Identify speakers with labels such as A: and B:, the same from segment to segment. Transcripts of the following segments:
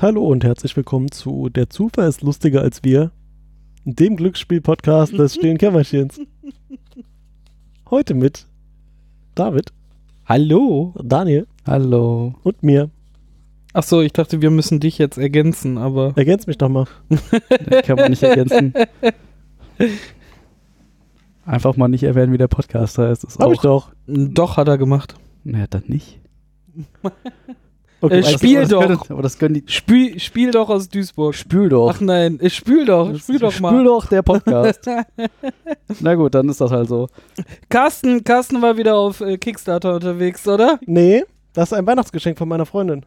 A: Hallo und herzlich willkommen zu Der Zufall ist lustiger als wir, dem Glücksspiel-Podcast des stillen Kämmerchens. Heute mit David,
B: Hallo.
A: Daniel
B: Hallo.
A: und mir.
C: Ach so, ich dachte, wir müssen dich jetzt ergänzen, aber
A: Ergänz mich doch mal.
B: Kann man nicht ergänzen. Einfach mal nicht erwähnen, wie der Podcast heißt. Ist
A: Hab ich
B: auch.
A: doch.
C: doch hat er gemacht.
B: Naja, dann nicht.
A: Okay,
C: Äh,
A: also-
C: Spiel
B: das
C: doch.
B: Können, aber das können die.
C: Spiel, spiel doch aus Duisburg.
B: Spül doch.
C: Ach nein, ich spül doch,
B: Das-
C: spül doch
B: Spül
C: mal.
B: doch der Podcast. Na gut, dann ist das halt so.
C: Carsten, Carsten war wieder auf äh, Kickstarter unterwegs, oder?
A: Nee, das ist ein Weihnachtsgeschenk von meiner Freundin.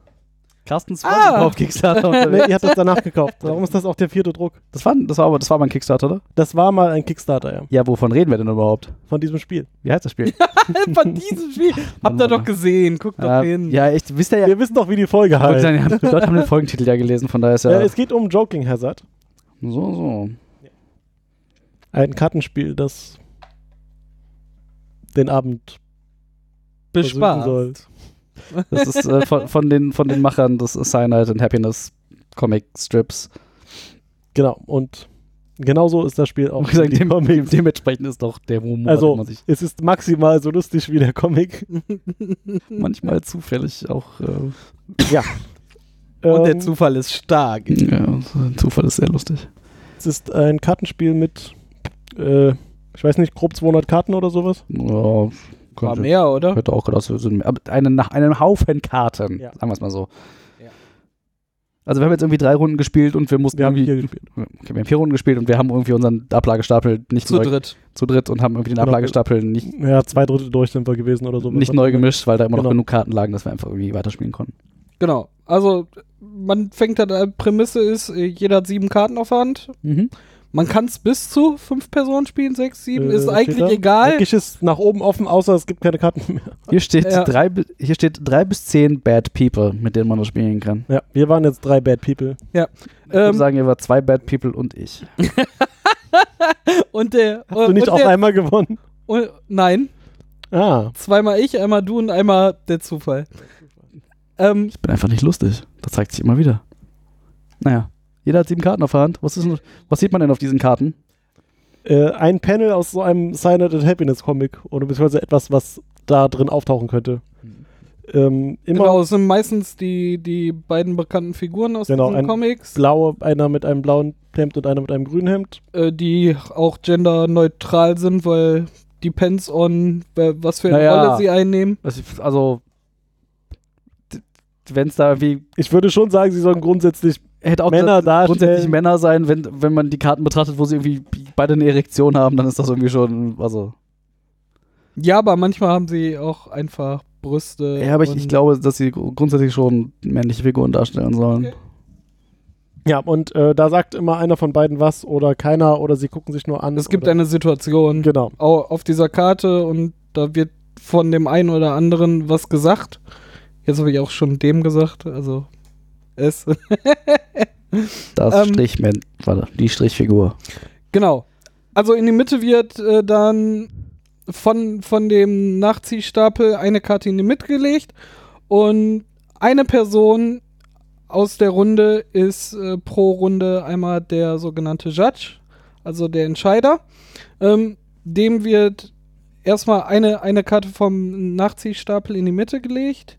B: Carstens
C: Ah.
B: war auf Kickstarter
A: Nee,
B: unterwegs.
A: die hat das danach gekauft. Darum ist das auch der vierte Druck.
B: Das war, das war aber das war mal ein Kickstarter, oder?
A: Das war mal ein Kickstarter, ja.
B: Ja, wovon reden wir denn überhaupt?
A: Von diesem Spiel.
B: Wie heißt das Spiel?
C: Von diesem Spiel. Habt ihr doch gesehen, guckt doch
B: Äh,
C: hin.
B: ja, echt, wisst ihr ja.
A: Wir wissen doch, wie die Folge
B: Ich wollte
A: heißt.
B: sagen, die Leute haben den Folgentitel ja gelesen, von daher ist
A: Äh,
B: ja.
A: es geht um Joking Hazard.
B: so, so.
A: Ein Kartenspiel, das den Abend versüßen
C: Bespaß.
A: soll.
B: Das ist äh, von, von, den, von den Machern des Cyanide and Happiness Comic Strips.
A: Genau, und genauso ist das Spiel auch.
B: Auch gesagt,
A: Die
B: dem,
A: Comics.
B: dementsprechend ist doch der Humor, den
A: also,
B: man sich
A: es ist maximal so lustig wie der Comic. hm.
B: manchmal zufällig auch. Äh,
C: Und der
A: Ähm,
C: Zufall ist stark.
B: ja, so ein Zufall ist sehr lustig.
A: es ist ein Kartenspiel mit, äh, ich weiß nicht, grob 200 Karten oder sowas.
B: Ja,
C: War
B: könnte,
C: mehr, oder?
B: könnte auch gedacht werden. Aber eine, nach einem Haufen Karten,
A: Ja.
B: sagen wir es mal so.
C: Ja.
B: Also, wir haben jetzt irgendwie drei Runden gespielt und wir mussten
A: Wir haben
B: irgendwie.
A: hier gespielt.
B: okay, wir haben vier Runden gespielt und wir haben irgendwie unseren Ablagestapel nicht
C: Zu
B: neu,
C: dritt.
B: zu dritt und haben irgendwie den
A: Genau.
B: Ablagestapel nicht
A: Ja, zwei Drittel durch sind wir gewesen oder sowas.
B: nicht neu gemischt, weil da immer
A: Genau.
B: noch genug Karten lagen, dass wir einfach irgendwie weiterspielen konnten.
C: Genau. Also, man fängt da, an, Prämisse ist, äh, jeder hat sieben Karten auf der Hand.
A: Mhm.
C: Man kann es bis zu fünf Personen spielen, sechs, sieben,
A: Äh,
C: ist
A: steht
C: eigentlich
A: da?
C: egal.
A: Eigentlich ist nach oben offen, außer es gibt keine Karten mehr.
B: Hier, steht
C: Ja.
B: drei, bi- hier steht drei bis zehn Bad People, mit denen man noch spielen kann.
A: Ja, wir waren jetzt drei Bad People.
B: Ich würde
C: Ähm,
B: sagen, ihr wart zwei Bad People und ich.
C: Und der. äh,
A: Hast du
C: und
A: nicht auf
C: der,
A: einmal gewonnen?
C: und, Nein,
A: Ah,
C: zweimal ich, einmal du und einmal der Zufall. Ähm,
B: Ich bin einfach nicht lustig. Das zeigt sich immer wieder. Naja, jeder hat sieben Karten auf der Hand. Was, ist denn, was sieht man denn auf diesen Karten?
A: äh, ein Panel aus so einem Cyanide and Happiness Comic oder beziehungsweise etwas, was da drin auftauchen könnte. Ähm, immer
C: genau, es sind meistens die, die beiden bekannten Figuren aus
A: Genau, ein
C: diesen Comics,
A: blaue, einer mit einem blauen Hemd und einer mit einem grünen Hemd.
C: äh, die auch genderneutral sind, weil depends on, wer- was für eine
B: Naja.
C: Rolle sie einnehmen.
B: Also, wenn es da wie.
A: Ich würde schon sagen, sie sollen grundsätzlich
B: Hätte auch
A: Männer
B: da- grundsätzlich
A: darstellen.
B: Männer sein, wenn, wenn man die Karten betrachtet, wo sie irgendwie beide eine Erektion haben, dann ist das irgendwie schon. Also,
C: Ja, aber manchmal haben sie auch einfach Brüste.
B: Ja, aber ich, ich
C: und-
B: glaube, dass sie gru- grundsätzlich schon männliche Figuren darstellen sollen.
C: Okay.
A: Ja, und äh, da sagt immer einer von beiden was oder keiner oder sie gucken sich nur an.
C: Es gibt
A: oder,
C: eine Situation
A: Genau.
C: au- auf dieser Karte und da wird von dem einen oder anderen was gesagt. Jetzt habe ich auch schon dem gesagt, also es.
B: Das
C: Ähm.
B: Strichman, warte, die Strichfigur.
C: Genau. Also in die Mitte wird äh, dann von, von dem Nachziehstapel eine Karte in die Mitte gelegt und eine Person aus der Runde ist äh, pro Runde einmal der sogenannte Judge, also der Entscheider. Ähm, dem wird erstmal eine, eine Karte vom Nachziehstapel in die Mitte gelegt.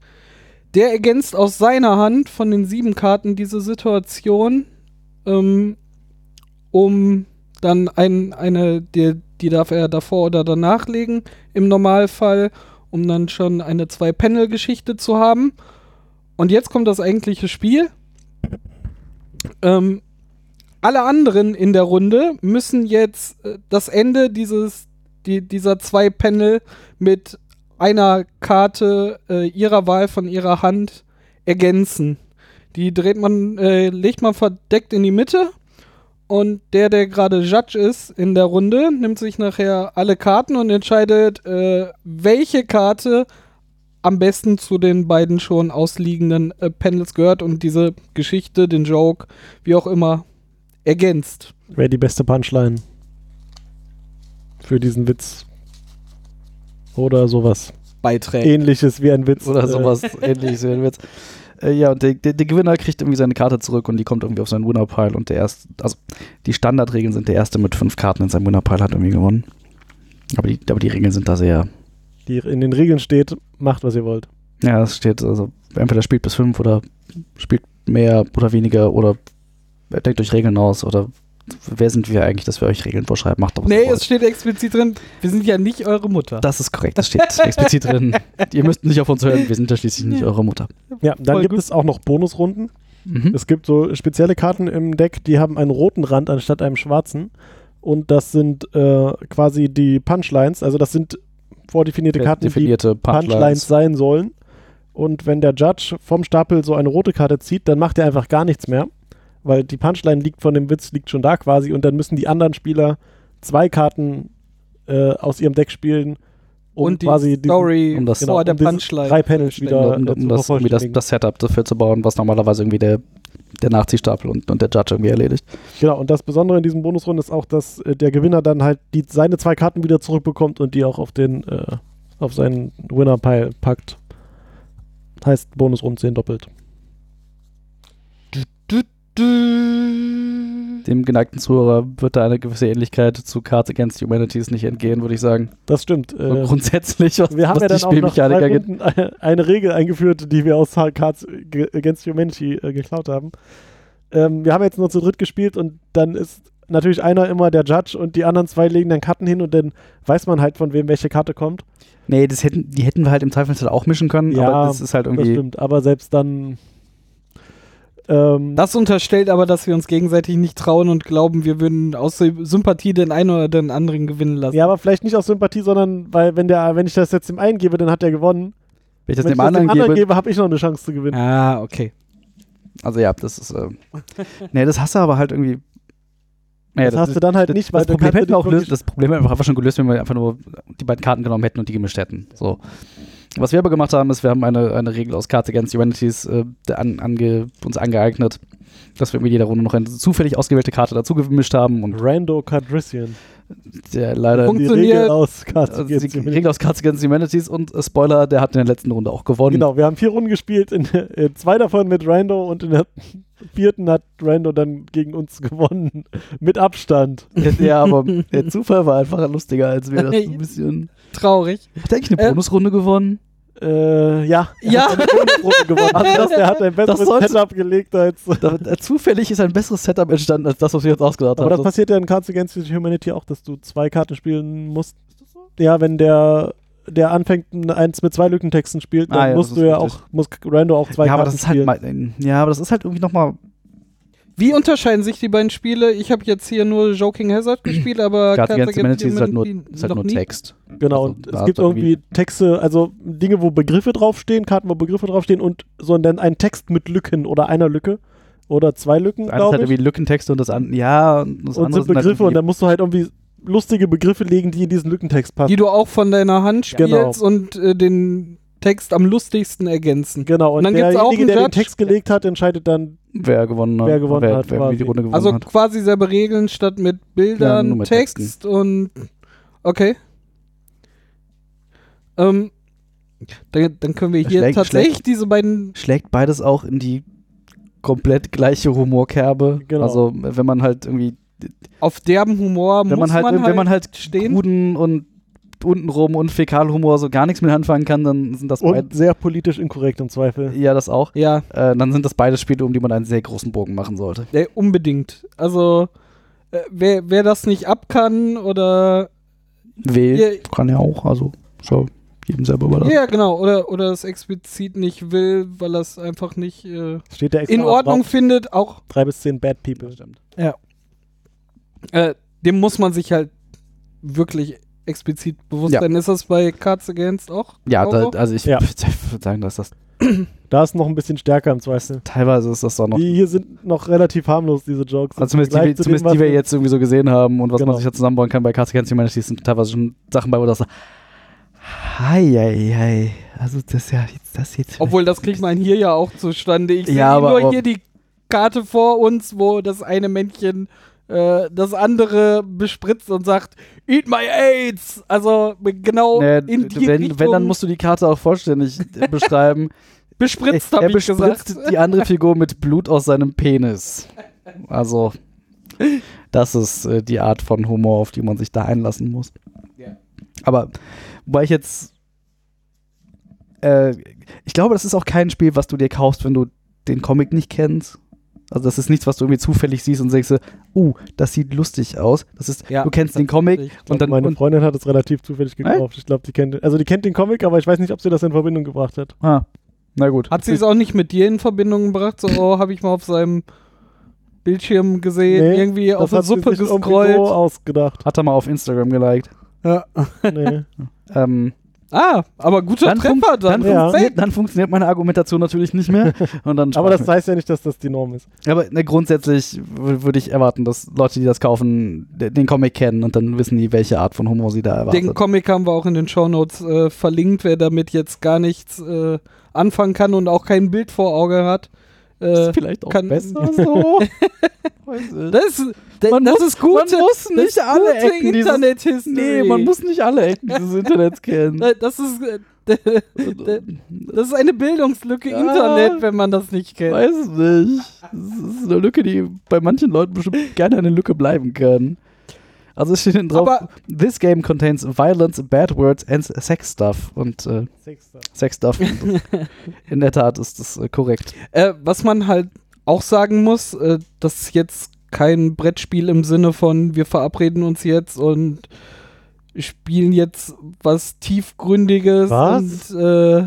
C: Der ergänzt aus seiner Hand von den sieben Karten diese Situation, ähm, um dann ein, eine, die, die darf er davor oder danach legen, im Normalfall, um dann schon eine Zwei-Panel-Geschichte zu haben. Und jetzt kommt das eigentliche Spiel. Ähm, alle anderen in der Runde müssen jetzt äh, das Ende dieses, die, dieser Zwei-Panel mit einer Karte äh, ihrer Wahl von ihrer Hand ergänzen. Die dreht man, äh, legt man verdeckt in die Mitte und der, der gerade Judge ist in der Runde, nimmt sich nachher alle Karten und entscheidet, äh, welche Karte am besten zu den beiden schon ausliegenden äh, Panels gehört und diese Geschichte, den Joke, wie auch immer, ergänzt.
A: Wäre die beste Punchline für diesen Witz. Oder sowas.
C: beiträgt.
A: Ähnliches wie ein Witz. äh,
B: Oder sowas ähnliches. wie ein Witz. Äh, ja, und der, der, der Gewinner kriegt irgendwie seine Karte zurück und die kommt irgendwie auf seinen Winner-Pile. Und der erste, also die Standardregeln sind, der erste mit fünf Karten in seinem Winner-Pile hat irgendwie gewonnen. Aber die, aber die Regeln sind da sehr.
A: Äh, die in den Regeln steht, macht, was ihr wollt.
B: Ja, es steht, also entweder spielt bis fünf oder spielt mehr oder weniger oder denkt euch Regeln aus oder wer sind wir eigentlich, dass wir euch Regeln vorschreiben? Macht doch was
C: Nee,
B: ihr wollt.
C: es steht explizit drin, wir sind ja nicht eure Mutter.
B: Das ist korrekt, das steht explizit drin. Ihr müsst nicht auf uns hören, wir sind ja schließlich nicht eure Mutter.
A: Ja, dann
C: Voll
A: gibt
C: gut.
A: es auch noch Bonusrunden.
B: Mhm.
A: Es gibt so spezielle Karten im Deck, die haben einen roten Rand anstatt einem schwarzen. Und das sind äh, quasi die Punchlines. Also das sind vordefinierte Karten, die
B: definierte
A: Punchlines.
B: Punchlines.
A: sein sollen. Und wenn der Judge vom Stapel so eine rote Karte zieht, dann macht er einfach gar nichts mehr. Weil die Punchline liegt von dem Witz, liegt schon da quasi. Und dann müssen die anderen Spieler zwei Karten äh, aus ihrem Deck spielen. um
C: und die
A: quasi diesen-
C: Story
B: um das-
A: genau,
C: vor der
A: um diese
C: Punchline.
A: drei Panels wieder äh, zu
B: um, um das, irgendwie das,
A: vervollständigen.
B: das Setup dafür zu bauen, was normalerweise irgendwie der, der Nachziehstapel und, und der Judge irgendwie erledigt.
A: Genau, und das Besondere in diesem Bonusrunden ist auch, dass äh, der Gewinner dann halt die, seine zwei Karten wieder zurückbekommt und die auch auf den äh, auf seinen Winner-Pile packt. Heißt Bonusrunden 10 doppelt.
C: Du-
B: Dem geneigten Zuhörer wird da eine gewisse Ähnlichkeit zu Cards Against Humanities nicht entgehen, würde ich sagen.
A: Das stimmt.
B: So
A: Äh,
B: grundsätzlich, was,
A: wir haben
B: was
A: ja
B: die
A: dann auch nach
B: Spielmechanik
A: drei
B: angeht.
A: Runden eine, eine Regel eingeführt, die wir aus Cards Ge- Against Humanity äh, geklaut haben. Ähm, wir haben jetzt nur zu dritt gespielt und dann ist natürlich einer immer der Judge und die anderen zwei legen dann Karten hin und dann weiß man halt, von wem welche Karte kommt.
B: Nee, das hätten, die hätten wir halt im Teufelsfall auch mischen können,
A: Ja,
B: aber das ist halt
A: Das
B: irgendwie.
A: stimmt, aber selbst dann ähm,
C: Das unterstellt aber, dass wir uns gegenseitig nicht trauen und glauben, wir würden aus Sympathie den einen oder den anderen gewinnen lassen.
A: Ja, aber vielleicht nicht aus Sympathie, sondern weil wenn der, wenn ich das jetzt dem einen gebe, dann hat er gewonnen.
B: Wenn ich das
A: wenn ich
B: dem
A: das
B: anderen gebe,
A: habe ich noch eine Chance zu gewinnen.
C: Ah, okay.
B: Also ja, das ist. Äh, nee, das hast du aber halt irgendwie. Naja,
A: das, hast du dann halt
B: das,
A: nicht, weil
B: das
A: dann
B: Problem
A: kannst du
B: hätten wir auch
A: dich
B: lösen, das Problem hätten wir einfach schon gelöst, wenn wir einfach nur die beiden Karten genommen hätten und die gemischt hätten. So. Was wir aber gemacht haben, ist, wir haben eine, eine Regel aus Cards Against Humanities äh, an, ange, uns angeeignet, dass wir mit jeder Runde noch eine zufällig ausgewählte Karte dazu gemischt haben und
A: Rando Cadrician.
B: der leider.
C: Punkt.
A: Die
C: Funktioniert.
A: Regel aus Cards
B: Also
A: Against
B: die
A: Humanity.
B: Regel aus Cards Against Humanities und äh, Spoiler, der hat in der letzten Runde auch gewonnen.
A: Genau, wir haben vier Runden gespielt, in, äh, zwei davon mit Rando und in der vierten hat Rando dann gegen uns gewonnen. Mit Abstand.
B: Ja, aber der Zufall war einfach lustiger, als wir das so ein bisschen.
C: Traurig.
B: Hat er eigentlich eine
A: Ähm.
C: Äh,
B: Bonusrunde gewonnen?
A: Äh, ja.
C: Ja,
A: Runde gewonnen. Also das, der hat ein besseres
B: sollte-
A: Setup gelegt als.
B: Da, da, zufällig ist ein besseres Setup entstanden als das, was wir uns ausgedacht
A: Aber das
B: haben.
A: passiert ja in Cards Against Humanity auch, dass du zwei Karten spielen musst. Ja, wenn der, der anfängt, ein- eins mit zwei Lückentexten spielt, dann
B: Ah, ja,
A: musst
B: das ist
A: du ja
B: richtig.
A: auch, muss Rando auch zwei
B: ja, aber
A: Karten
B: das ist halt
A: spielen.
B: mal, ja, aber das ist halt irgendwie nochmal.
C: wie unterscheiden sich die beiden Spiele? Ich habe jetzt hier nur Joking Hazard gespielt, aber
B: Cards Against Humanity ist halt nur,
C: Humanity
B: ist halt
C: noch
B: nur
C: nie.
B: Text.
A: genau,
B: also
A: und
B: da
A: es gibt
B: hat irgendwie-
A: irgendwie Texte, also Dinge, wo Begriffe draufstehen, Karten, wo Begriffe draufstehen und so und dann ein Text mit Lücken oder einer Lücke oder zwei Lücken,
B: Eines hat
A: glaube ich.
B: halt irgendwie Lückentexte und das andere. Ja, und das
A: Und
B: andere
A: sind
B: sind halt
A: Begriffe und
B: irgendwie-
A: dann musst du halt irgendwie lustige Begriffe legen, die in diesen Lückentext passen.
C: Die du auch von deiner Hand spielst
A: Genau.
C: und äh, den Text am lustigsten ergänzen.
A: Genau, und,
C: Und dann gibt's auch
A: derjenige,
C: einen
A: der den
C: Judge.
A: Text gelegt hat, entscheidet dann,
B: wer gewonnen hat.
A: Wer gewonnen
B: wer,
A: hat,
B: Wer irgendwie
A: quasi.
B: die Runde gewonnen
C: Also
B: hat.
C: quasi selber Regeln statt mit
B: Ja,
C: Bildern,
B: nur mit
C: Text und okay. Ähm, dann, dann können wir hier
B: Schlägt-
C: tatsächlich
B: schlägt-
C: diese beiden.
B: Schlägt beides auch in die komplett gleiche Humorkerbe.
A: Genau.
B: Also, wenn man halt irgendwie.
C: Auf derben Humor
B: Wenn
C: muss
B: man halt, wenn man halt
C: stehen.
B: Gruden und untenrum und Fäkalhumor so gar nichts mehr anfangen kann, dann sind das
A: und sehr politisch inkorrekt im Zweifel.
B: beide. Ja, das auch.
C: Ja,
B: Äh, dann sind das beide Spiele, um die man einen sehr großen Bogen machen sollte.
C: ey, unbedingt. Also, äh, wer, wer das nicht ab kann oder.
B: Wählt.
C: Ja,
B: Kann ja auch, also so jedem selber
C: ja, genau. Oder, oder das explizit nicht will, weil das einfach nicht äh,
A: Steht der extra
C: in
A: drauf.
C: Ordnung findet, auch
A: Drei bis zehn Bad People.
C: äh, dem muss man sich halt wirklich explizit bewusst
B: Ja.
C: sein. Ist das bei Cards Against auch?
B: Ja,
C: auch
B: da,
C: so?
B: also ich
A: Ja.
B: würde sagen, dass das
A: Da ist noch ein bisschen stärker im Zweifel.
B: teilweise ist das doch noch.
A: Die hier sind noch relativ harmlos, diese Jokes.
B: Also zumindest
A: Im
B: die,
A: Vergleich zu dem,
B: zumindest die
A: was
B: wir jetzt irgendwie so gesehen haben und was
A: Genau.
B: man sich da zusammenbauen kann bei Cards Against Humanity sind teilweise schon Sachen bei, wo das Hei, hei, hei. Also das ja jetzt das jetzt.
C: Obwohl, das kriegt man hier ja auch zustande. Ich
B: Ja,
C: sehe
B: aber-
C: nur
B: aber-
C: hier die Karte vor uns, wo das eine Männchen äh, das andere bespritzt und sagt, Eat my AIDS! Also genau
B: Nee,
C: in die
B: wenn,
C: Richtung
B: wenn, dann musst du die Karte auch vollständig äh, beschreiben.
C: bespritzt,
B: er
C: habe ich
B: bespritzt
C: gesagt.
B: die andere Figur mit Blut aus seinem Penis. Also, das ist äh, die Art von Humor, auf die man sich da einlassen muss.
C: Ja.
B: Aber, wobei ich jetzt. Äh, ich glaube, das ist auch kein Spiel, was du dir kaufst, wenn du den Comic nicht kennst. Also, das ist nichts, was du irgendwie zufällig siehst und denkst, so, uh, das sieht lustig aus. Das ist,
C: Ja,
B: du kennst den Comic
C: tatsächlich.
A: Und
B: und dann,
A: meine
B: und,
A: Freundin hat es relativ zufällig gekauft. Ich glaube, die kennt, also die kennt den Comic, aber ich weiß nicht, ob sie das in Verbindung gebracht hat.
B: ah, na gut.
C: Hat sie es auch nicht mit dir in Verbindung gebracht? So, oh, habe ich mal auf seinem Bildschirm gesehen,
A: Nee,
C: irgendwie
A: das
C: auf der
A: hat
C: Suppe
A: sie sich irgendwie
C: gescrollt.
A: so ausgedacht.
B: Hat er mal auf Instagram geliked.
C: Ja.
A: Nee.
B: Ähm,
C: Ah, aber guter
B: Dann fun-
C: Treffer dann.
B: dann,
A: Ja.
B: funktioniert, dann funktioniert meine Argumentation natürlich nicht mehr. Und dann
A: aber
B: spart
A: das
B: mir.
A: heißt ja nicht, dass das die Norm ist.
B: aber ne, grundsätzlich w- würde ich erwarten, dass Leute, die das kaufen, de- den Comic kennen und dann wissen die, welche Art von Humor sie da erwartet.
C: Den Comic haben wir auch in den Shownotes äh, verlinkt, wer damit jetzt gar nichts äh, anfangen kann und auch kein Bild vor Auge hat. Äh,
B: ist vielleicht auch
C: kann-
B: besser so. Weiß ich.
C: das ist, das,
B: Man
C: das
B: muss-
C: ist gute,
B: man muss
C: das
B: nicht
C: ist
B: alle
C: gute
B: Ecken dieses-
C: Internet-History.
B: nee, man muss nicht alle Ecken dieses Internets kennen.
C: Das ist, äh, das ist eine Bildungslücke
B: Ja.
C: Internet, wenn man das nicht kennt.
B: Weiß nicht. Das ist eine Lücke, die bei manchen Leuten bestimmt gerne eine Lücke bleiben kann. Also es steht hinten drauf,
C: Aber-
B: this game contains violence, bad words and sex stuff. Und äh, Sex darf. In der Tat ist das äh, korrekt.
C: Äh, was man halt auch sagen muss, äh, das ist jetzt kein Brettspiel im Sinne von, wir verabreden uns jetzt und spielen jetzt was Tiefgründiges
A: Was?
C: und äh,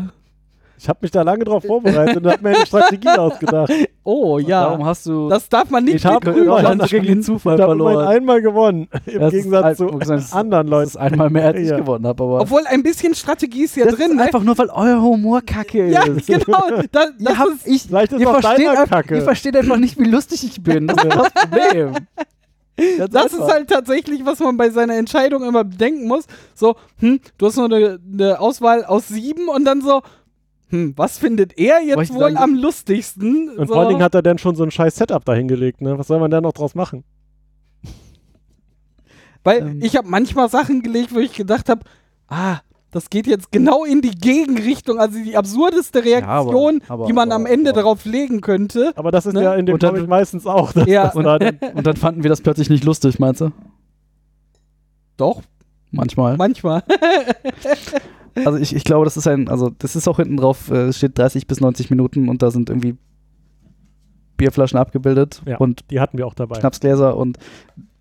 A: Ich habe mich da lange drauf vorbereitet und habe mir eine Strategie ausgedacht.
C: oh ja,
B: Darum hast du
C: das darf man nicht
A: Ich hab-
C: begründen.
A: Immerhin
B: hast du gegen den Zufall
A: Ich habe mein
B: verloren.
A: einmal gewonnen. Im
B: Das ist ein-
A: Gegensatz zu
B: wo gesagt, das-
A: anderen
B: Das
A: Leuten.
B: ist einmal mehr, als ich
A: Ja.
B: gewonnen habe. Aber
C: Obwohl ein bisschen Strategie ist ja
B: das
C: drin.
B: ist
C: ne?
B: einfach nur, weil euer Humor kacke
C: ja,
B: ist.
C: genau. Da, das
B: Ihr, habt,
C: ist,
B: ich,
A: Vielleicht ist
B: ihr,
A: auch
B: versteht
A: deiner
B: einfach,
A: Kacke.
B: ihr versteht einfach nicht, wie lustig ich bin. Das ist das Problem. Ganz
C: das ist
B: einfach.
C: halt tatsächlich, was man bei seiner Entscheidung immer bedenken muss. So, hm, du hast nur eine, eine Auswahl aus sieben und dann so, hm, was findet er jetzt
B: Wollte ich
C: wohl
B: sagen,
C: am lustigsten?
A: Und
C: so.
A: vor allen Dingen hat er dann schon so ein scheiß Setup dahingelegt. Ne? Was soll man da noch draus machen?
C: Weil
B: Ähm.
C: ich habe manchmal Sachen gelegt, wo ich gedacht habe, ah, das geht jetzt genau in die Gegenrichtung, also die absurdeste
B: aber-
C: Reaktion,
B: aber-
C: die man
B: aber-
C: am Ende
B: aber-
C: darauf legen könnte.
A: Aber das ist
C: Ne?
A: ja in dem
B: Und dann-
A: Comic meistens auch. ne? dass
C: Ja.
A: das da dann,
B: Und dann fanden wir das plötzlich nicht lustig, meinst du?
C: Doch,
B: Manchmal.
C: manchmal.
B: Also ich, ich glaube, das ist ein, also das ist auch hinten drauf, äh, steht 30 bis 90 Minuten und da sind irgendwie Bierflaschen abgebildet
A: Ja.
B: und
A: die hatten wir auch dabei.
B: Schnapsgläser und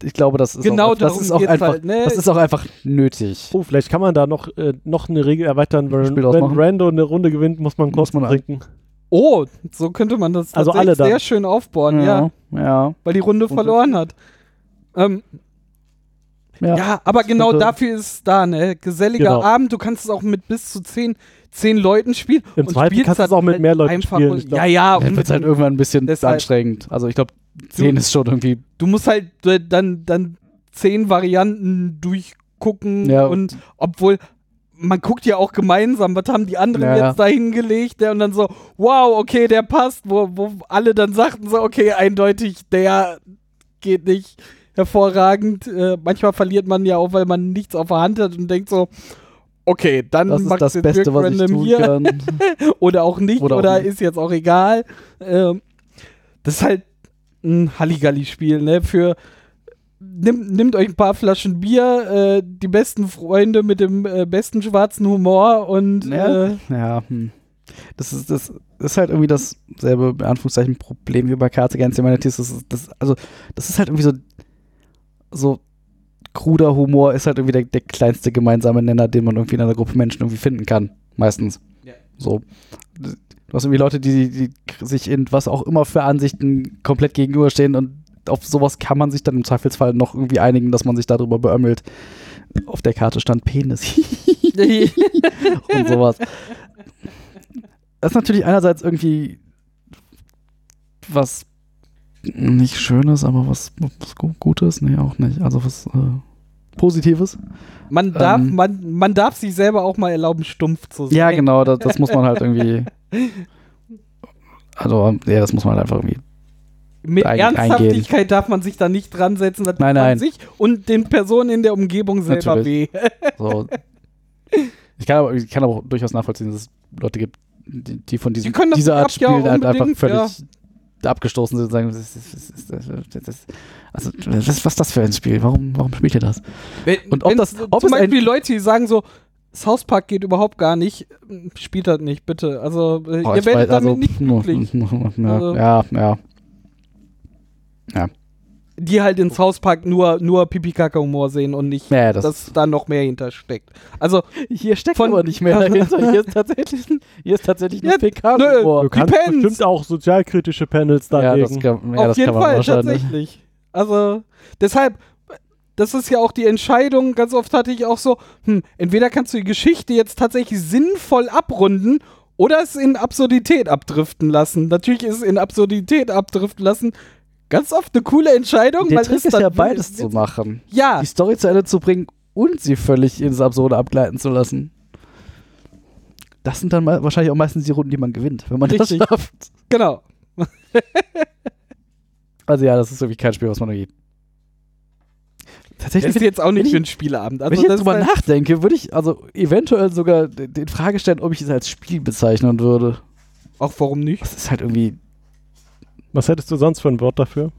B: ich glaube, das ist
C: Genau
B: auch, das
C: darum
B: ist auch
C: geht's
B: einfach,
C: halt, ne?
B: das ist auch einfach nötig.
A: Oh, vielleicht kann man da noch, äh, noch eine Regel erweitern. Wenn,
B: Spiel
A: wenn
B: ausmachen.
A: Rando eine Runde gewinnt, muss man
B: Muss
A: Kosten
B: man-
A: trinken.
C: Oh, so könnte man das
A: Also
C: tatsächlich
A: alle dann.
C: sehr schön aufbauen, ja.
B: ja, ja.
C: weil die Runde
B: Und-
C: verloren hat. Ähm,
B: ja.
C: Ja, aber genau
B: könnte-
C: dafür ist es da, ne? Geselliger
A: Genau.
C: Abend, du kannst es auch mit bis zu zehn, zehn Leuten spielen.
A: Im
C: und
A: Zweifel
C: spielst
A: kannst du es
C: dann
A: auch mit mehr Leuten
C: einfach
A: spielen,
C: und-
A: ich glaub.
C: Ja, ja,
B: Dann wird es halt
C: und
B: irgendwann ein bisschen
C: Deshalb-
B: anstrengend. Also ich glaube, 10 ist schon irgendwie,
C: du musst halt äh, dann, dann zehn Varianten durchgucken
B: Ja.
C: und obwohl. Man guckt ja auch gemeinsam, was haben die anderen
B: Ja, ja.
C: jetzt da hingelegt, der und dann so, wow, okay, der passt, wo, wo alle dann sagten so, okay, eindeutig, der geht nicht hervorragend. Äh, manchmal verliert man ja auch, weil man nichts auf der Hand hat und denkt so, okay, dann
B: das ist
C: macht
B: das
C: jetzt
B: Beste,
C: Dirk
B: was ich
C: random
B: tun
C: hier
B: kann.
C: oder auch nicht oder,
B: Oder auch nicht.
C: ist jetzt auch egal. Ähm, das ist halt ein Halligalli-Spiel, ne? Für nimm, nehmt euch ein paar Flaschen Bier, äh, die besten Freunde mit dem äh, besten schwarzen Humor und
B: Ja. Ja, hm. das ist, das ist halt irgendwie dasselbe, in Anführungszeichen, Problem wie bei Cards Against Humanity. Das ist, das, also, das ist halt irgendwie so, so kruder Humor ist halt irgendwie der, der kleinste gemeinsame Nenner, den man irgendwie in einer Gruppe Menschen irgendwie finden kann, meistens.
C: Ja.
B: So. Du hast irgendwie Leute, die, die sich in was auch immer für Ansichten komplett gegenüberstehen und auf sowas kann man sich dann im Zweifelsfall noch irgendwie einigen, dass man sich darüber beömmelt. Auf der Karte stand Penis.
C: äh,
B: und sowas. Das ist natürlich einerseits irgendwie was nicht Schönes, aber was, was Gu- Gutes, nee, auch nicht. Also was äh, Positives.
C: man darf
B: Ähm.
C: man, man darf sich selber auch mal erlauben, stumpf zu sein.
B: Ja, genau, das, das muss man halt irgendwie. Also, ja, das muss man halt einfach irgendwie
C: Mit
B: ein-
C: Ernsthaftigkeit darf man sich da nicht dran setzen, das tut
B: Nein,
C: man
B: nein.
C: sich und den Personen in der Umgebung selber
B: Natürlich.
C: weh.
B: So. Ich kann aber ich kann aber auch durchaus nachvollziehen, dass es Leute gibt, die, die von diesem,
C: Die können das
B: dieser Art
C: ab, ja,
B: Spielen halt einfach
C: unbedingt,
B: völlig abgestoßen sind und sagen, das ist, das ist, das ist, das ist, also, das ist, was ist das für ein Spiel? Warum, warum spielt ihr das?
C: Wenn,
B: Und ob
C: wenn
B: das-
C: so-
B: ob es
C: zum
B: ein-
C: Beispiel Leute, die sagen so, South Park geht überhaupt gar nicht, spielt das nicht, bitte. Also äh,
B: Boah,
C: ihr
B: Oh, ich
C: werdet
B: weiß-
C: damit nicht glücklich.
B: Ja,
C: Also-
B: ja, ja.
C: Die halt in South Park nur, nur Pipi-Kaka-Humor sehen und nicht,
B: Ja, das-
C: dass da noch mehr hintersteckt. Also
B: Hier steckt
C: Von-
B: aber nicht mehr dahinter. Hier ist tatsächlich ein, hier ist tatsächlich ein
C: Ja,
B: PK.
C: nö.
A: Du
B: Humor.
A: kannst
C: Oh, Pens.
A: bestimmt auch sozialkritische Panels
B: Ja, das
A: darlegen.
B: kann, ja, das
C: auf jeden
B: kann man
C: Fall,
B: wahrscheinlich.
C: tatsächlich. Also, deshalb, das ist ja auch die Entscheidung. Ganz oft hatte ich auch so, hm, entweder kannst du die Geschichte jetzt tatsächlich sinnvoll abrunden oder es in Absurdität abdriften lassen. Natürlich ist es in Absurdität abdriften lassen ganz oft eine coole Entscheidung.
B: Der
C: weil
B: Trick
C: es
B: ist
C: dann
B: ja
C: will-
B: beides zu machen.
C: Ja,
B: Die Story zu Ende zu bringen und sie völlig ins Absurde abgleiten zu lassen. Das sind dann mal, wahrscheinlich auch meistens die Runden, die man gewinnt, wenn man
C: Richtig.
B: das schafft.
C: genau.
B: Also ja, das ist wirklich kein Spiel, was man irgendwie... Tatsächlich
C: Das ist jetzt auch
B: wenn
C: nicht
B: ich-
C: für einen Spieleabend. Also,
B: Wenn ich
C: das
B: jetzt
C: ist
B: drüber
C: halt-
B: nachdenke, würde ich also eventuell sogar d- in Frage stellen, ob ich es als Spiel bezeichnen würde.
C: auch warum nicht?
B: Das ist halt irgendwie.
A: Was hättest du sonst für ein Wort dafür?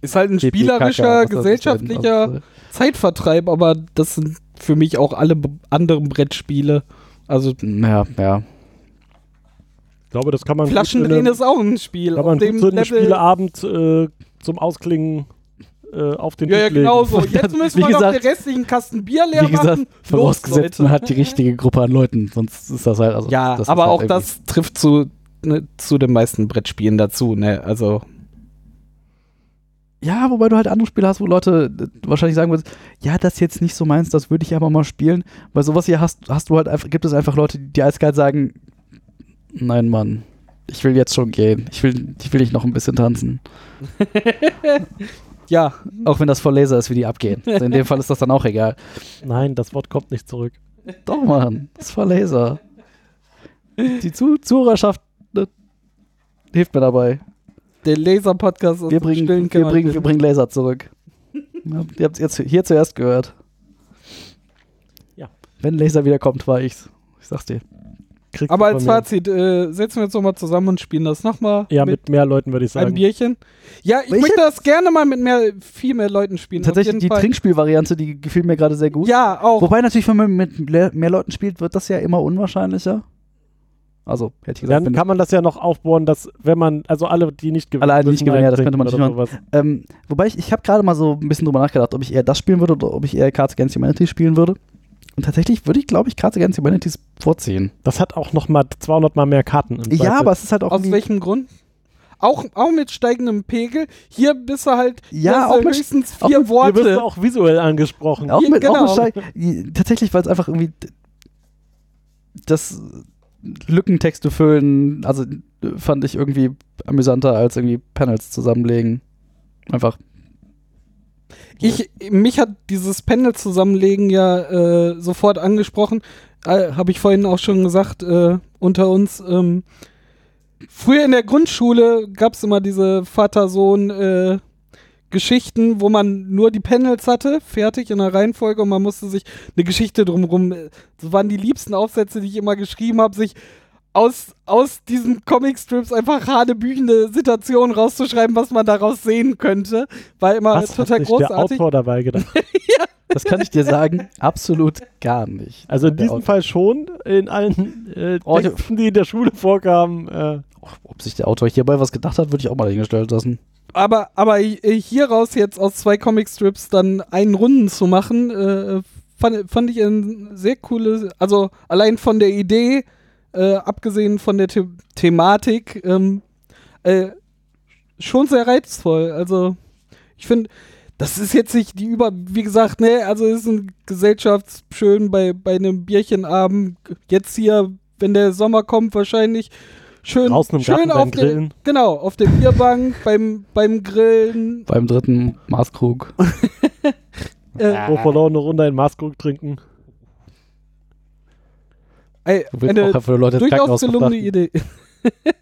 C: Ist halt ein
B: Kacke,
C: spielerischer,
B: was das ist denn?
C: gesellschaftlicher
B: Also,
C: Zeitvertreib, aber das sind für mich auch alle b- anderen Brettspiele. Also
B: Ja, ja.
A: Ich glaube, das kann man gut in
C: Flaschendrehen
B: äh,
A: einem-
C: ist auch ein Spiel.
A: kann man
C: Auf dem
A: gut so einen
C: Level-
A: Spieleabend äh, zum Ausklingen äh, auf den
C: Ja, ja,
A: Tisch legen.
C: genau so. Jetzt müssen
B: Wie
C: wir noch
B: gesagt-
C: den restlichen Kasten Bier leer
B: Wie gesagt,
C: machen. Los,
B: vorausgesetzt,
C: Leute.
B: man hat die richtige Gruppe an Leuten, sonst ist das halt. Also,
C: Ja,
B: das ist
C: aber
B: halt
C: auch
B: irgendwie-
C: das trifft zu, ne, zu den meisten Brettspielen dazu, ne? Also,
B: Ja, wobei du halt andere Spiele hast, wo Leute äh, wahrscheinlich sagen würden, ja, das ist jetzt nicht so meins, das würde ich aber mal spielen. Weil sowas hier hast, hast du halt einfach, gibt es einfach Leute, die eiskalt sagen, nein, Mann, ich will jetzt schon gehen. Ich will, ich will nicht noch ein bisschen tanzen.
C: ja.
B: Auch wenn das vor Laser ist, wie die abgehen. Also in dem Fall ist das dann auch egal.
A: Nein, das Wort kommt nicht zurück.
B: Doch, Mann, das ist vor Laser. Die Zu Zuhörerschaft ne, hilft mir dabei.
C: Der Laser-Podcast aus
B: Wir
C: dem stillen
B: bringen, wir, bringen, wir
C: Kämmerchen.
B: bringen Laser zurück. Ihr habt es jetzt hier zuerst gehört.
A: Ja.
B: Wenn Laser wiederkommt, war ich's. Ich sag's dir.
A: Kriegst
C: Aber
A: du
C: als
A: von mir.
C: Fazit, äh, setzen wir uns nochmal zusammen und spielen das nochmal
A: Ja, mit, mehr Leuten würde ich
C: einem
A: sagen.
C: Bierchen. Ja, ich
B: Welche-
C: möchte das gerne mal mit mehr, viel mehr Leuten spielen. auf
B: Tatsächlich
C: jeden
B: die
C: Fall.
B: Trinkspielvariante, die gefiel mir gerade sehr gut.
C: Ja, auch.
B: Wobei natürlich, wenn man mit le- mehr Leuten spielt, wird das ja immer unwahrscheinlicher. Also, hätte ich gesagt,
A: Dann
B: wenn,
A: kann man das ja noch aufbohren, dass wenn man, also alle, die nicht gewinnen,
B: Alle, die nicht
A: müssen
B: gewinnen, ja, das
A: eintrinken
B: könnte man
A: oder sowas.
B: ähm, wobei ich, ich habe gerade mal so ein bisschen drüber nachgedacht, ob ich eher das spielen würde oder ob ich eher Cards Against Humanity spielen würde. Und tatsächlich würde ich, glaube ich, Cards Against Humanity vorziehen.
A: Das hat auch noch mal 200 mal mehr Karten. im Zweifel.
B: Ja, aber es ist halt auch
C: Aus
B: irgendwie-
C: welchem Grund? Auch, auch mit steigendem Pegel. Hier bist du halt
B: Ja,
C: hast du
B: auch mit-
C: höchstens
B: auch
C: vier
B: mit-
A: Hier wirst du
C: Worte.
A: auch visuell angesprochen.
B: Auch
C: Ja,
B: mit,
C: genau.
B: auch mit Steig- Tatsächlich, weil es einfach irgendwie d- das Lückentext zu füllen, also äh, fand ich irgendwie amüsanter als irgendwie Panels zusammenlegen. Einfach.
C: Ich, mich hat dieses Panel zusammenlegen ja äh, sofort angesprochen. Äh, Habe ich vorhin auch schon gesagt, äh, unter uns. Ähm, früher in der Grundschule gab es immer diese Vater-Sohn- äh, Geschichten, wo man nur die Panels hatte, fertig in der Reihenfolge und man musste sich eine Geschichte drumrum. äh, So waren die liebsten Aufsätze, die ich immer geschrieben habe, sich aus, aus diesen Comicstrips einfach hanebüchende Situationen rauszuschreiben, was man daraus sehen könnte. War immer
A: Was
C: total
A: hat sich der
C: großartig.
A: Autor dabei gedacht?
B: Das kann ich dir sagen, absolut gar nicht.
A: Also in
B: Der
A: diesem
B: Autor-
A: Fall schon, in allen äh,
B: Oh, der-
A: Texten, die in der Schule vorkamen. Äh,
B: Ob sich der Autor hierbei was gedacht hat, würde ich auch mal dahingestellt lassen.
C: Aber, aber äh, hieraus jetzt aus zwei Comicstrips dann einen Runden zu machen, äh, fand, fand ich ein sehr cooles, also allein von der Idee, äh, abgesehen von der The Thematik, ähm, äh, schon sehr reizvoll. Also ich finde, das ist jetzt nicht die über, wie gesagt, ne, also es ist ein gesellschaftsschön bei, bei einem Bierchenabend. Jetzt hier, wenn der Sommer kommt, wahrscheinlich schön,
A: Draußen im
C: schön
A: Garten
C: auf
A: beim
C: der,
A: Grillen.
C: Genau, auf der Bierbank, beim, beim Grillen.
B: Beim dritten Maßkrug.
C: Äh,
A: Pro verlorene Runde in Maßkrug trinken.
C: ey,
B: Du willst
C: eine
B: auch für Leute ins Krankenhaus
C: durchaus gelungene
B: verfrachten.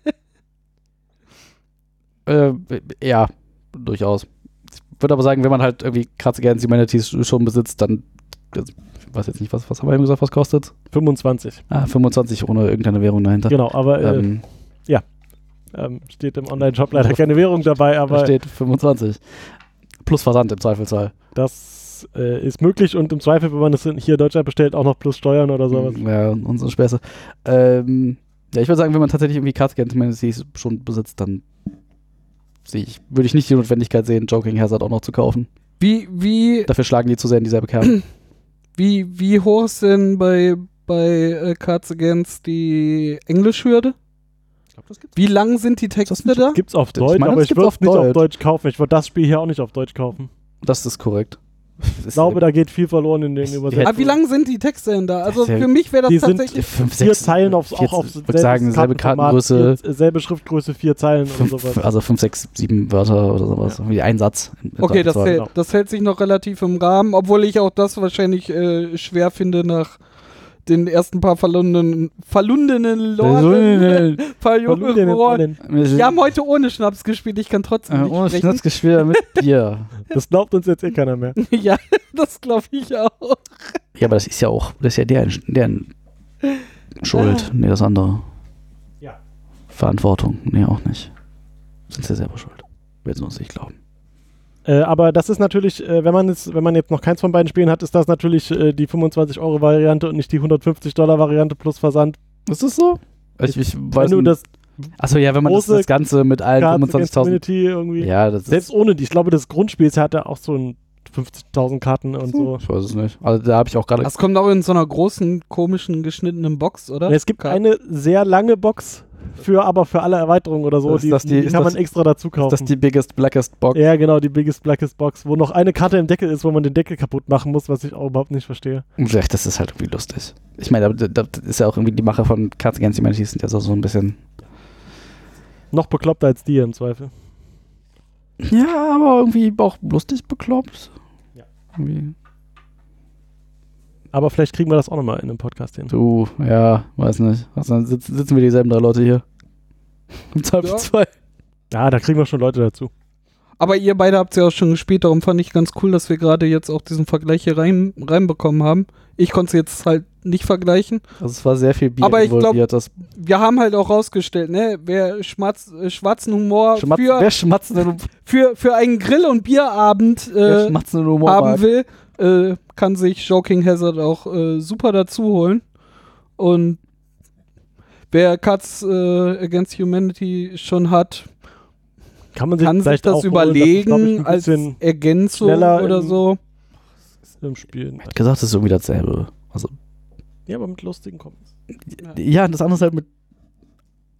C: Idee.
B: Äh, ja, durchaus. Ich würde aber sagen, wenn man halt irgendwie Cards Against Humanities schon besitzt, dann. Ich weiß jetzt nicht, was, was haben wir eben gesagt, was kostet?
A: 25.
B: Ah, 25 ohne irgendeine Währung dahinter.
A: Genau, aber äh,
B: Ähm,
A: ähm, steht im Online-Shop leider keine Währung dabei,
B: da
A: aber
B: steht 25. Plus Versand im Zweifelsfall.
A: das äh, ist möglich und im Zweifel, wenn man es in- hier in Deutschland bestellt, auch noch plus Steuern oder sowas.
B: Ja, und unsere Späße. Ähm, ja, ich würde sagen, wenn man tatsächlich irgendwie Cards Against Humanities schon besitzt, dann sehe ich, würde ich nicht die Notwendigkeit sehen, Joking Hazard auch noch zu kaufen.
C: Wie, wie,
B: Dafür schlagen die zu sehr in dieselbe Kerbe.
C: wie, wie hoch ist denn bei, bei äh, Cards Against die Englischhürde?
B: Ich glaube, das gibt's.
C: Wie lang sind die Texte da?
A: Gibt's auf
B: Ich
A: Deutsch,
B: meine,
A: aber
B: das
A: ich
B: gibt's
A: würde
B: auf
A: es nicht auf
B: Deutsch.
A: Deutsch kaufen. Ich würde das Spiel hier auch nicht auf Deutsch kaufen.
B: Das ist korrekt.
A: Ich glaube, da geht viel verloren in den Übersetzungen.
C: Ah, wie lang sind die Texte denn da? Also
B: Das ist ja-
C: für mich wäre
A: Die
C: das
A: sind-
C: tatsächlich.
B: fünf, äh,
A: Vier Zeilen auf,
B: vier,
A: auch auf
B: Ich würde sagen, selbe Kartengröße,
A: Kartenformat, vier, selbe Schriftgröße, vier Zeilen und
B: fünf,
A: sowas.
B: also fünf, sechs, sieben Wörter oder sowas. Irgendwie ein Satz. im- im
C: Okay, das
B: Zweifelsfall.
A: hält.
C: hält, das hält sich noch relativ im Rahmen, obwohl ich auch das wahrscheinlich äh, schwer finde nach den ersten paar verlundenen, verlundenen
B: äh,
C: Lorden.
A: Verlieren in
C: Verlundenen
A: allen.
C: Wir haben heute ohne Schnaps gespielt, ich kann trotzdem
B: Äh,
C: nicht
B: ohne
C: sprechen.
B: Schnatzgeschwür mit dir.
A: Das glaubt uns jetzt eh keiner mehr.
C: ja, das glaube ich auch.
B: Ja, aber das ist ja auch, das ist ja deren, deren Schuld. Nee, das andere.
A: Ja.
B: Verantwortung. Nee, auch nicht. Sind sie selber schuld. Werden sie uns nicht glauben.
A: Äh, aber das ist natürlich, äh, wenn man jetzt, wenn man jetzt noch keins von beiden Spielen hat, ist das natürlich äh, die 25 Euro Variante und nicht die 150 Dollar Variante plus Versand.
B: Ist das so? Also Ich, ich
A: Wenn
B: weiß
A: du
B: nicht.
A: das
B: Achso, ja, wenn man das,
A: große
B: das Ganze mit allen
A: Cards Against
B: 25.000.
A: Community irgendwie.
B: Ja, das ist.
A: Selbst ohne die, ich glaube, das Grundspiel ist- hatte auch so ein 50.000 Karten und so.
B: Ich weiß es nicht. Also da habe ich auch gerade.
C: Das kommt auch in so einer großen, komischen, geschnittenen Box, oder?
A: Ja, es gibt
C: Karten.
A: eine sehr lange Box für, aber für alle Erweiterungen oder so.
B: Ist das die- ist
A: kann
B: das-
A: man extra dazu kaufen.
B: Das ist die biggest, blackest Box.
A: Ja, genau, die Biggest Blackest Box, wo noch eine Karte im Deckel ist, wo man den Deckel kaputt machen muss, was ich auch überhaupt nicht verstehe.
B: Vielleicht, das ist halt irgendwie lustig. Ich meine, da, da das ist ja auch irgendwie die Macher von Cards Against Humanity sind ja so, so ein bisschen.
A: Noch bekloppter als die im Zweifel.
B: Ja, aber irgendwie auch lustig bekloppt.
A: Ja.
B: Irgendwie.
A: Aber vielleicht kriegen wir das auch nochmal in einem Podcast hin.
B: Du, ja, weiß nicht. Also, dann sitzen, sitzen wir dieselben drei Leute hier. Im Zweifel
C: Ja.
B: zwei.
A: Ja, da kriegen wir schon Leute dazu.
C: Aber ihr beide habt ja auch schon gespielt, darum fand ich ganz cool, dass wir gerade jetzt auch diesen Vergleich hier rein, reinbekommen haben. Ich konnte es jetzt halt nicht vergleichen.
B: Also es war sehr viel Bier
C: Aber ich glaub-
B: involviert. das
C: Wir haben halt auch rausgestellt, ne, wer schmatz, äh, schwarzen Humor
B: Schmatz,
C: für,
B: wer schmatzenden,
C: für, für einen Grill- und Bierabend
B: wer
C: äh,
B: schmatzenden Humor
C: haben
B: mag.
C: will, äh, kann sich Joking Hazard auch äh, super dazu holen. Und wer Cuts äh, Against Humanity schon hat,
A: Kann man sich
C: kann sich
A: vielleicht
C: das
A: auch
C: überlegen
A: holen, das
C: als
A: ist, glaub ich, ein
C: Ergänzung
A: schneller
C: oder
A: in-
C: so.
A: bisschen im Spiel.
B: Ich hätte gesagt, das ist irgendwie dasselbe. Also,
A: Ja, aber mit lustigen Comics.
B: ja, das andere ist halt mit.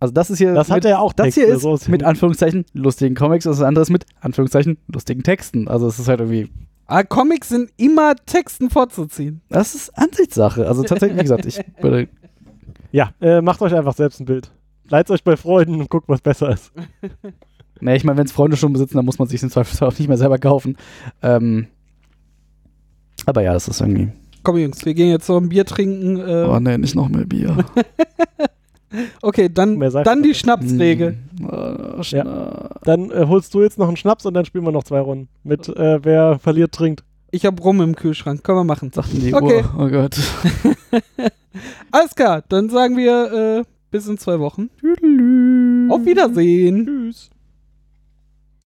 B: Also das ist hier.
A: Das
B: mit,
A: hat er ja auch
B: das hier
A: Texte,
B: ist
A: so ist
B: mit
A: hin-
B: Anführungszeichen lustigen Comics und das andere ist mit Anführungszeichen lustigen Texten. Also es ist halt irgendwie,
C: Ah, Comics sind immer Texten vorzuziehen.
B: das ist Ansichtssache. Also tatsächlich, wie gesagt, ich würde,
A: Ja, äh, macht euch einfach selbst ein Bild. Leitet euch bei Freunden und guckt, was besser ist.
B: ne, ich meine, wenn es Freunde schon besitzen, dann muss man sich im Zweifelsfall auch nicht mehr selber kaufen. Ähm, aber ja, das ist irgendwie.
C: Komm Jungs, wir gehen jetzt noch ein Bier trinken. Äh,
B: Oh ne, nicht noch mehr Bier.
C: okay, dann,
A: Mehr Seife
C: dann
A: dabei.
C: die
A: Mhm.
C: Schnapsregel.
B: Hm. Äh, schna-
A: Dann äh, holst du jetzt noch einen Schnaps und dann spielen wir noch zwei Runden. Mit äh, wer verliert, trinkt.
C: Ich hab Rum im Kühlschrank, können wir machen.
B: Sagten die
C: Okay.
B: Uhr. Oh Gott.
C: Alles klar, dann sagen wir äh, bis in zwei Wochen.
A: Tüdelü.
C: Auf Wiedersehen.
A: Tschüss.